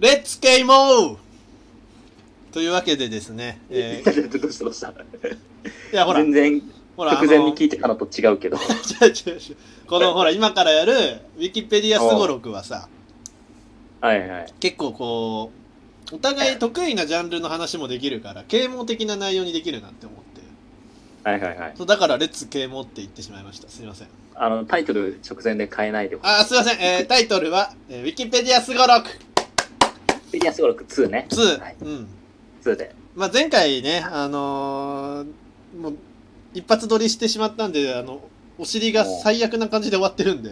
レッツケイモーというわけでですね、えーどうしたどうした いやほら、全然、ほら、あ直の前に聞いてからと違うけど。違う 違う違うこのほら、今からやるウィキペディアすごろくはさ、はいはい。結構こう、お互い得意なジャンルの話もできるから、啓蒙的な内容にできるなって思って。はいはいはい。そうだから、レッツ啓蒙って言ってしまいました。すいません。あの、タイトル直前で変えないでほしい。あ、すいません。えータイトルは、えーウィキペディアすごろくフィギュアスゴロク2ね。 2。はいうん。 2で。まあ、前回ね、あのーもう、一発撮りしてしまったんで、あの、お尻が最悪な感じで終わってるんで。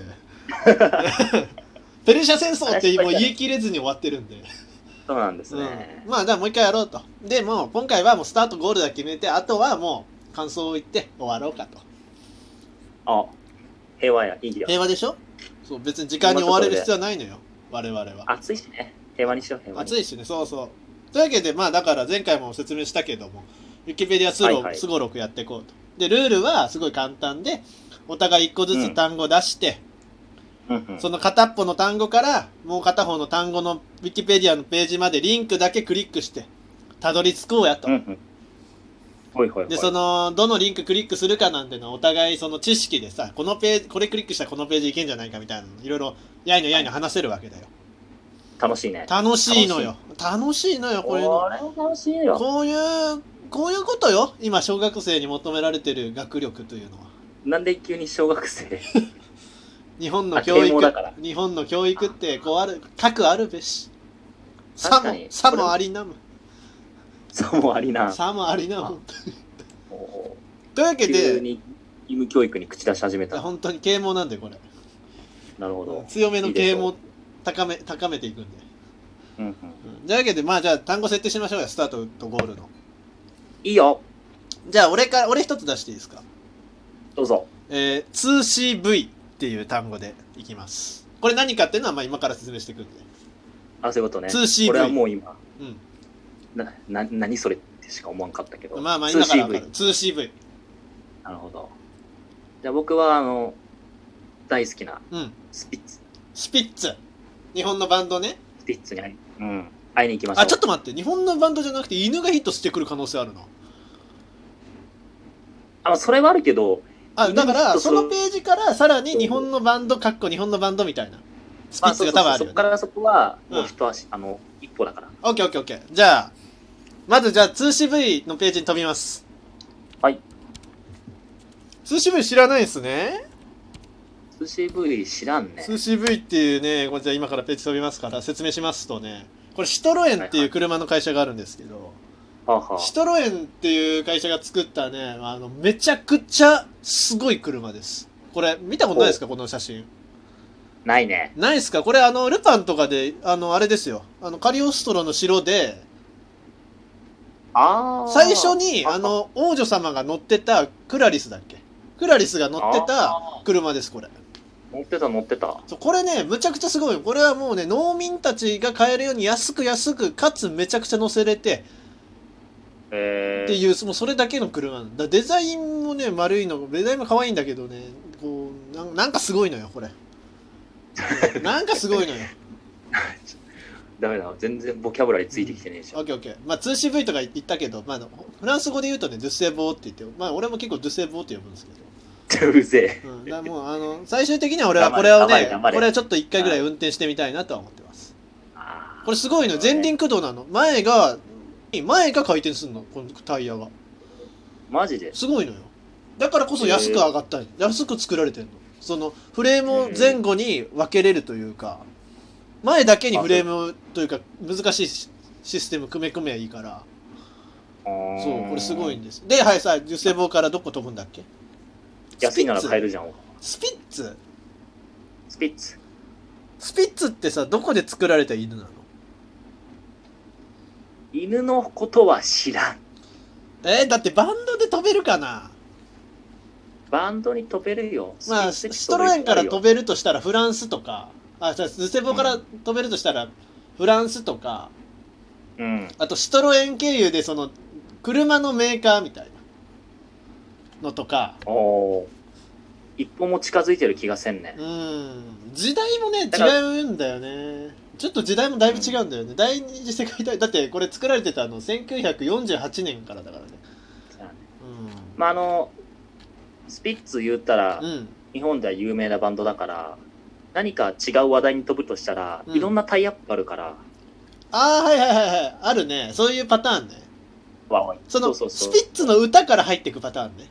ペルシャ戦争ってもう言い切れずに終わってるんで。そうなんですうねん、。まあ、じゃあもう一回やろうと。で、もう今回はもうスタートゴールだけ決めて、あとはもう感想を言って終わろうかと。あ、平和や、いいよ。平和でしょそう、別に時間に追われる必要はないのよ。我々は。暑いしね。平和にしよう、平和に。暑いしね、そうそう。というわけで、まあだから前回も説明したけども、ウィキペディアスはいロはいスゴロクやっていこうと。で、ルールはすごい簡単で、お互い一個ずつ単語出して、うんうんその片っぽの単語からもう片方の単語のウィキペディアのページまでリンクだけクリックして、たどり着こうやと。うんうん。ほいほいほい。で、その、どのリンククリックするかなんてのはお互いその知識でさ、このページ、これクリックしたらこのページいけんじゃないかみたいなの、いろいろ、やいのやいの話せるわけだよ。楽しいね。楽しいのよ。楽しいのよ、ここういれうの。楽しいよ。こういう、こういうことよ。今、小学生に求められてる学力というのは。なんで急に小学 生日本のあ教啓蒙だ育から、日本の教育って、こうある、核あるべし。さ確かもに、さこれもありなむ。そうもありな。さもありなむ。もというわうけ急で、に義務教育に口出し始めた。本当に啓蒙なんで、これ。なるほど。強めの啓いい蒙で、高め、高めていくんで。うんうん。うん、というわけで、まあ、じゃあ、単語設定しましょうよ、スタートとゴールの。いいよ。じゃあ、俺から、俺一つ出していいですか。どうぞ。えー、2CV っていう単語でいきます。これ何かっていうのは、まあ、今から説明していくんで。あ、そういうことね。 2CV これはもう今、うん。な、な、何それってしか思わんかったけど。まあまあ今から 2CV 分かる 2CV なるほど。じゃあ僕は、あの、大好きなうんスピッツ、スピッツ日本のバンドねスピッツに会い,、うん、会いに行きましょう。あちょっと待って日本のバンドじゃなくて犬がヒットしてくる可能性あるのあのそれはあるけど、あだか犬がヒッらトすそるのページからさらに日本のバンドかっこ日本のバンドみたいなスピッツが多分あるそよこかねらそこは、うんもう一足、あの、一歩だから。オッケーオッケーオッケーじゃあまずじゃあ 2CV のページに飛びますはい 2CV 知らないですね寿司部位知らんね。 2CV っていうねこれじゃあ今からページ飛びますから説明しますとねこれシトロエンっていう車の会社があるんですけど、はあはあシトロエンっていう会社が作ったね、あの、めちゃくちゃすごい車です。これ、見たことないですかこの写真。ないね。ないですかこれ、あの、ルパンとかで、あの、あれですよ。あの、カリオストロの城で、ああ。最初に、ああの、王女様が乗ってた、クラリスだっけクラリスが乗ってたあ車です、これ。ー乗ってた乗ってた。そうこれね、むちゃくちゃすごいよ。これはもうね、農民たちが買えるように安く安く、かつめちゃくちゃ乗せれて、っえー、ていう、もうそれだけの車なんだ。デザインもね、丸いの、デザインも可愛いんだけどね、こう、なんなんかすごいのよ、これ。 なんかすごいのよ。ダメだ。全然ボキャブラリーついてきてねえじオゃん。ッケーオッケー。まあ、通信 V とか言ったけど、まああの、フランス語で言うとね、ドゥセボーって言って、まあ、俺も結構ドゥセボーって呼ぶんですけど。 うぜうん、だからもう、あの、最終的には俺はこれ頑を張れね、頑張れ頑張れこれはちょっと一回ぐらい運転してみたいなとは思ってます。え。あーこれすごいのよ。前輪駆動なの。前が、前が回転するの、このタイヤが。マジですごいのよだからこそ安く上がったんよ安く作られてんのそのフレームを前後に分けれるというか前だけにフレームをというか難しいシシステム組め込めばいいからそうこれすごいんで。ですではいさ受精棒からどこ飛ぶんだっけ安いなら買えるるじゃん。スピッツスピッツ。スピッツってさどこで作られた犬なの犬のことは知らん。えー、だってバンドで飛べるかなバンドに飛べるよ。まあスピッツシトロエンから飛べるよ。べるとしたらフランスとかあじゃあ受精棒から飛べるとしたらフランスとかうん。あとシトロエン経由でその車のメーカーみたいなのとかおお。一歩も近づいてる気がせんねう。ん時代もねだから違うんだよねちょっと時代もだいぶ違うんだよね、第二次世界大だってこれ作られてたの1948年からだからねうんまああのスピッツ言ったら、うん日本では有名なバンドだから何か違う話題に飛ぶとしたら、うんいろんなタイアップがあるからああはいはいはいはいあるねそういうパターンねわそのそうそうそスうピッツの歌から入っていくパターンね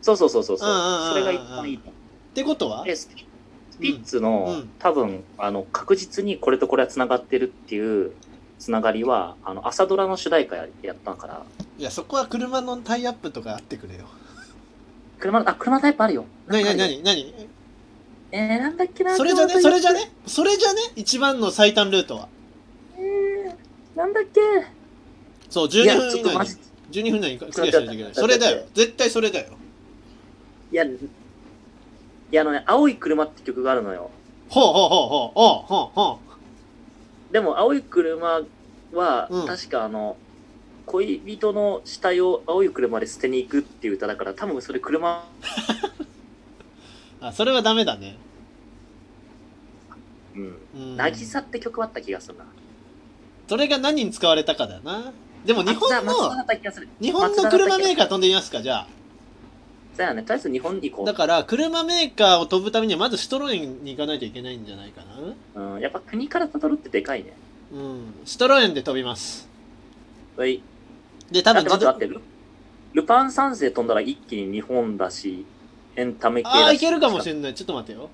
そうそうそうそうそううんうんうんうんそれが一番いいと思ってことはうでスピスピッツの、うんうん多分あの確実にこれとこれはつながってるっていうつながりはあの朝ドラの主題歌ややったからいやそこは車のタイアップとかあってくれよ車のあ車タイプあるよなになにな何になにえー、なんだっけなそれじゃねそれじゃねねそれじゃね一番の最短ルートはなんだっけそういや12ち分以ょっと内マにジ12分以内にクリアしないといけないそれだよ絶対それだよいやいやあのね「青い車」って曲があるのよほうほうほうほうほうほうほうでも青い車は、うん確かあの恋人の死体を青い車で捨てに行くっていう歌だから多分それ車あそれはダメだねうんうん渚って曲あった気がするなそれが何に使われたかだよなでも日本松田だのった気がする日本の車メーカー飛んでみますかじゃあだよねとりあえず日本に行こだから車メーカーを飛ぶためにはまずシトロエンに行かないといけないんじゃないかなう、うん、やっぱ国からたどるってでかいねうんシトロエンで飛びますはいで多分待って待って待ってルルパン三世飛んだら一気に日本だしエンタメ系だしああいけるかもしれないちょっと待てよ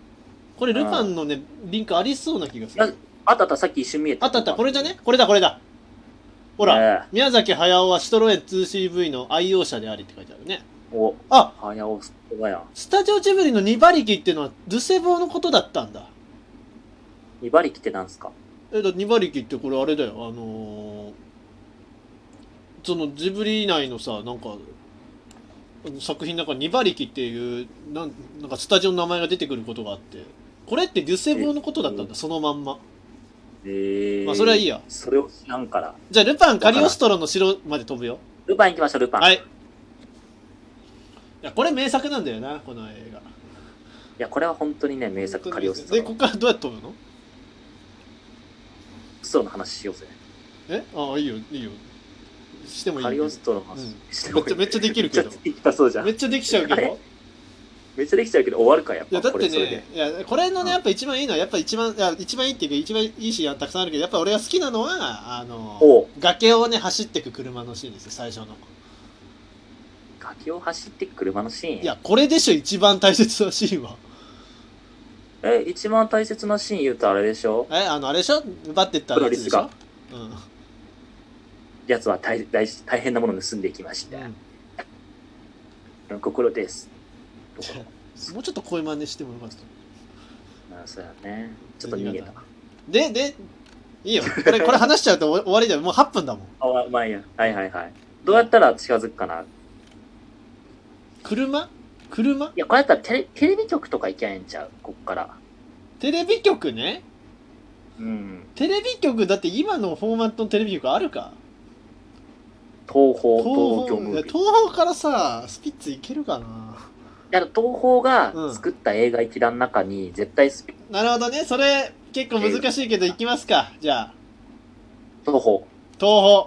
これルパンのねリンクありそうな気がすいやるあったあったさっき一瞬見えたあったあったこれじゃねこれだこれだほら、ら、ね宮崎駿はシトロエン 2CV の愛用者でありって書いてあるねえおあはやおすこがやスタジオジブリの2馬力っていうのはルセボーのことだったんだ二馬力ってなんすかえだって2馬力ってこれあれだよあのーそのジブリ以内のさなんかあの作品の中に2馬力っていうなんなんかスタジオの名前が出てくることがあってこれってデュセボーのことだったんだそのまんまええまあそれはいいやそれを知らんからじゃあルパンカリオストロの城まで飛ぶよルパン行きましょうルパン、、はいいいやこれ名作なんだよなこの映画やこれは本当にね名作カリオストでここロからどうやって飛ぶのストロの話しようぜえああいいよいいよしてもいいカけリどオストロのう話んしてめもっいちゃいめっちゃできるけど めっちゃできたそうじゃんめっちゃできちゃうけあどれめっちゃできちゃうけど終わるかやっいぱやだっこれてそれでねいやこれのねうんやっぱ一番いいのはやっぱ一番いや一番いいっていうか一番いいシーンはたくさんあるけどやっぱ俺が好きなのはあおうの崖をね走ってく車のシーンですよ最初の崖を走ってく車のシーンいやこれでしょ一番大切なシーンはえ一番大切なシーン言うとあれでしょえあのあれでしょ奪ってったやつでしプロょレうんやつは大大大変なものを盗んでいきました、うん心 です心もうちょっと声真似してもよかったまあそうやねちょっと逃げたででいいよこれこれ話しちゃうと 終わりだよもう8分だもんあわまあいいやはいはいはいどうやったら近づくかない車車やこれやったらテレテレビ局とか行きゃええんちゃうこっからテレビ局ねうんテレビ局だって今のフォーマットのテレビ局あるか東宝東東方京ムービーい東方からさスピッツいけるかなや東宝が作った映画一覧の中に絶対スピなるほどねそれ結構難しいけどいきますかじゃあ東宝東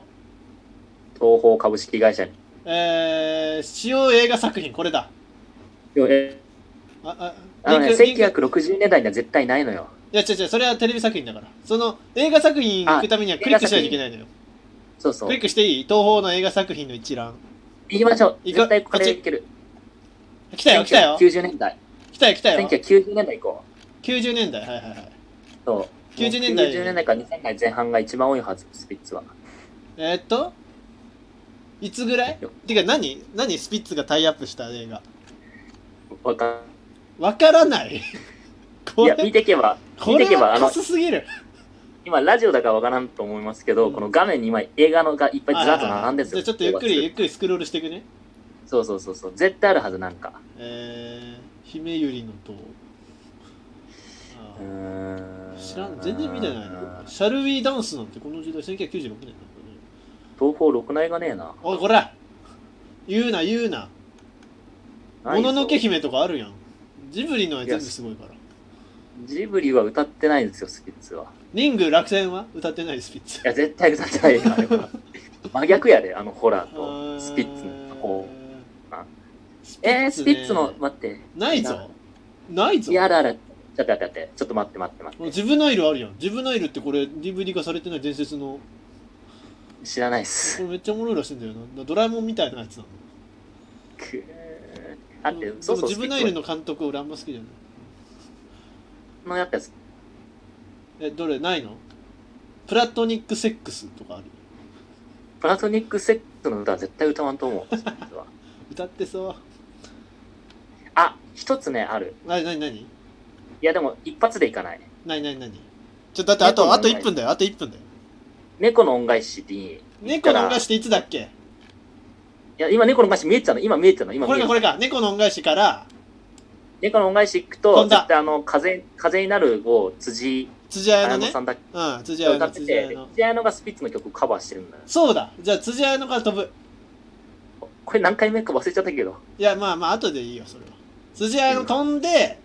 宝東宝株式会社にえー、主要映画作品これだえあああのねリンクリンクい1960年代には絶対ないのよや違う違うそれはテレビ作品だからその映画作品行くためにはクリックしないといけないのよそうそクうリックしていい東宝の映画作品の一覧行きましょう行く絶対ここっれちいける来たよ来たよ90年代来たよ来たよ1990年代行こう90年代はいはいはいそう。 90年代90年代から2000代前半が一番多いはず、スピッツは。えー、っといつぐらいてか何何スピッツがタイアップした映画わかわからない んこいれや、見てけば、こ見てれけば、はあのカ、スすぎる今、ラジオだからわからんと思いますけど、うんこの画面に今、映画のがいっぱいずらっと並んでるんですじゃよ。あちょっとゆっくりゆこっくりスクロールしていくねこはそうそうそうそう。絶対あるはず、なんか。えー、姫ゆりの塔あうーーん。知らん全然見てない東シャルウィーダンスなんてこの時代1996年だから宝ろくな映がねえな。ねおいこら言うな言うなもののけ姫とかあるやんジブリのは全部すごいからジブリは歌ってないんですよ、スピッツは。リング落選は歌ってないスピッツい。や、絶対歌ってないよ、あれは真逆やで、あのホラーあーとスピッツのこう。あスピえッー、ツスねピッツの、待って。ないぞ。ないぞい。や、あるある。ちょっと待って待って。ちょっと待って待って待っジブナイルあるやん。ジブナイルってこれ DVD 化されてない伝説の、て。知らないっすこ。れめっちゃおもろいらしいんだよな。ドラえもんみたいなやつなの。くーあって、うんそうそう、ジスブピッナイルツの監督俺あんま好きじゃない。のやったやつ。え、どれないのプラトニックセックスとかある。プラトニックセックスの歌は絶対歌わんと思う。スピッツは歌ってそう。あ、一つね、ある。な、なになにいや、でも、一発でいかない。なになになにちょ、だってあと、猫のあと恩返し1分だよ。あと1分だよ。猫の恩返しに。猫の恩返し。しっていつだっけいや、今猫の恩返し見えてたの今見えてたの今こ見れえかてこれたか。猫の恩返しから、猫の恩返し行く飛と、んだ絶対あの、風、風になるを辻辻彩彩の乃ねさ。んだっけうん、辻彩歌の、って辻彩ての、。辻彩乃がスピッツの曲をカバーしてるんだよ。そうだ。じゃあ、辻彩のから飛ぶ。これ何回目か忘れちゃったけど、いや、まあまあ、後でいいよ、それは。辻彩の飛んで、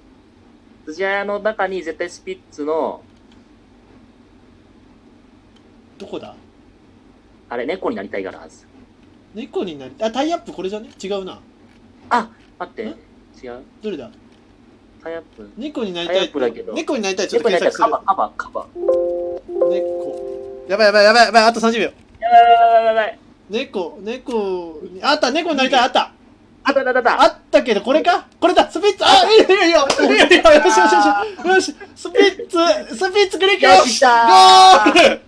辻彩乃の中に絶対スピッツの、どこだあれ、猫になりたいがあるはず。猫になり、あ、タイアップこれじゃね違うな。あ待って、ん違う。どれだタイアップ。猫になりたタイいアップだけ。ど猫になりたい。ちょっと猫になりた検い索すカるバー、。カバー、カバー。猫。やばいやばいやばいやばい、あと30秒。やばいやばいやばいやばい。猫、猫、あった、猫になりたい、あった。あったあったあった。あったけど、これかこれだスピッツあ、いいよいいよいいよいいよよしよしよしよしスピッツスピッツクリックよし来ゴたーール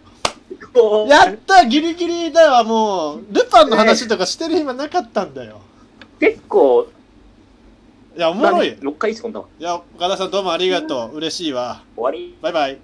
こうやったギリギリだわ、もう。ルパンの話とかしてる暇なかったんだよ。結構、いや、おもろいよ。 6回し込んだわ。いや、岡田さんどうもありがとう。嬉しいわ。終わり。バイバイ。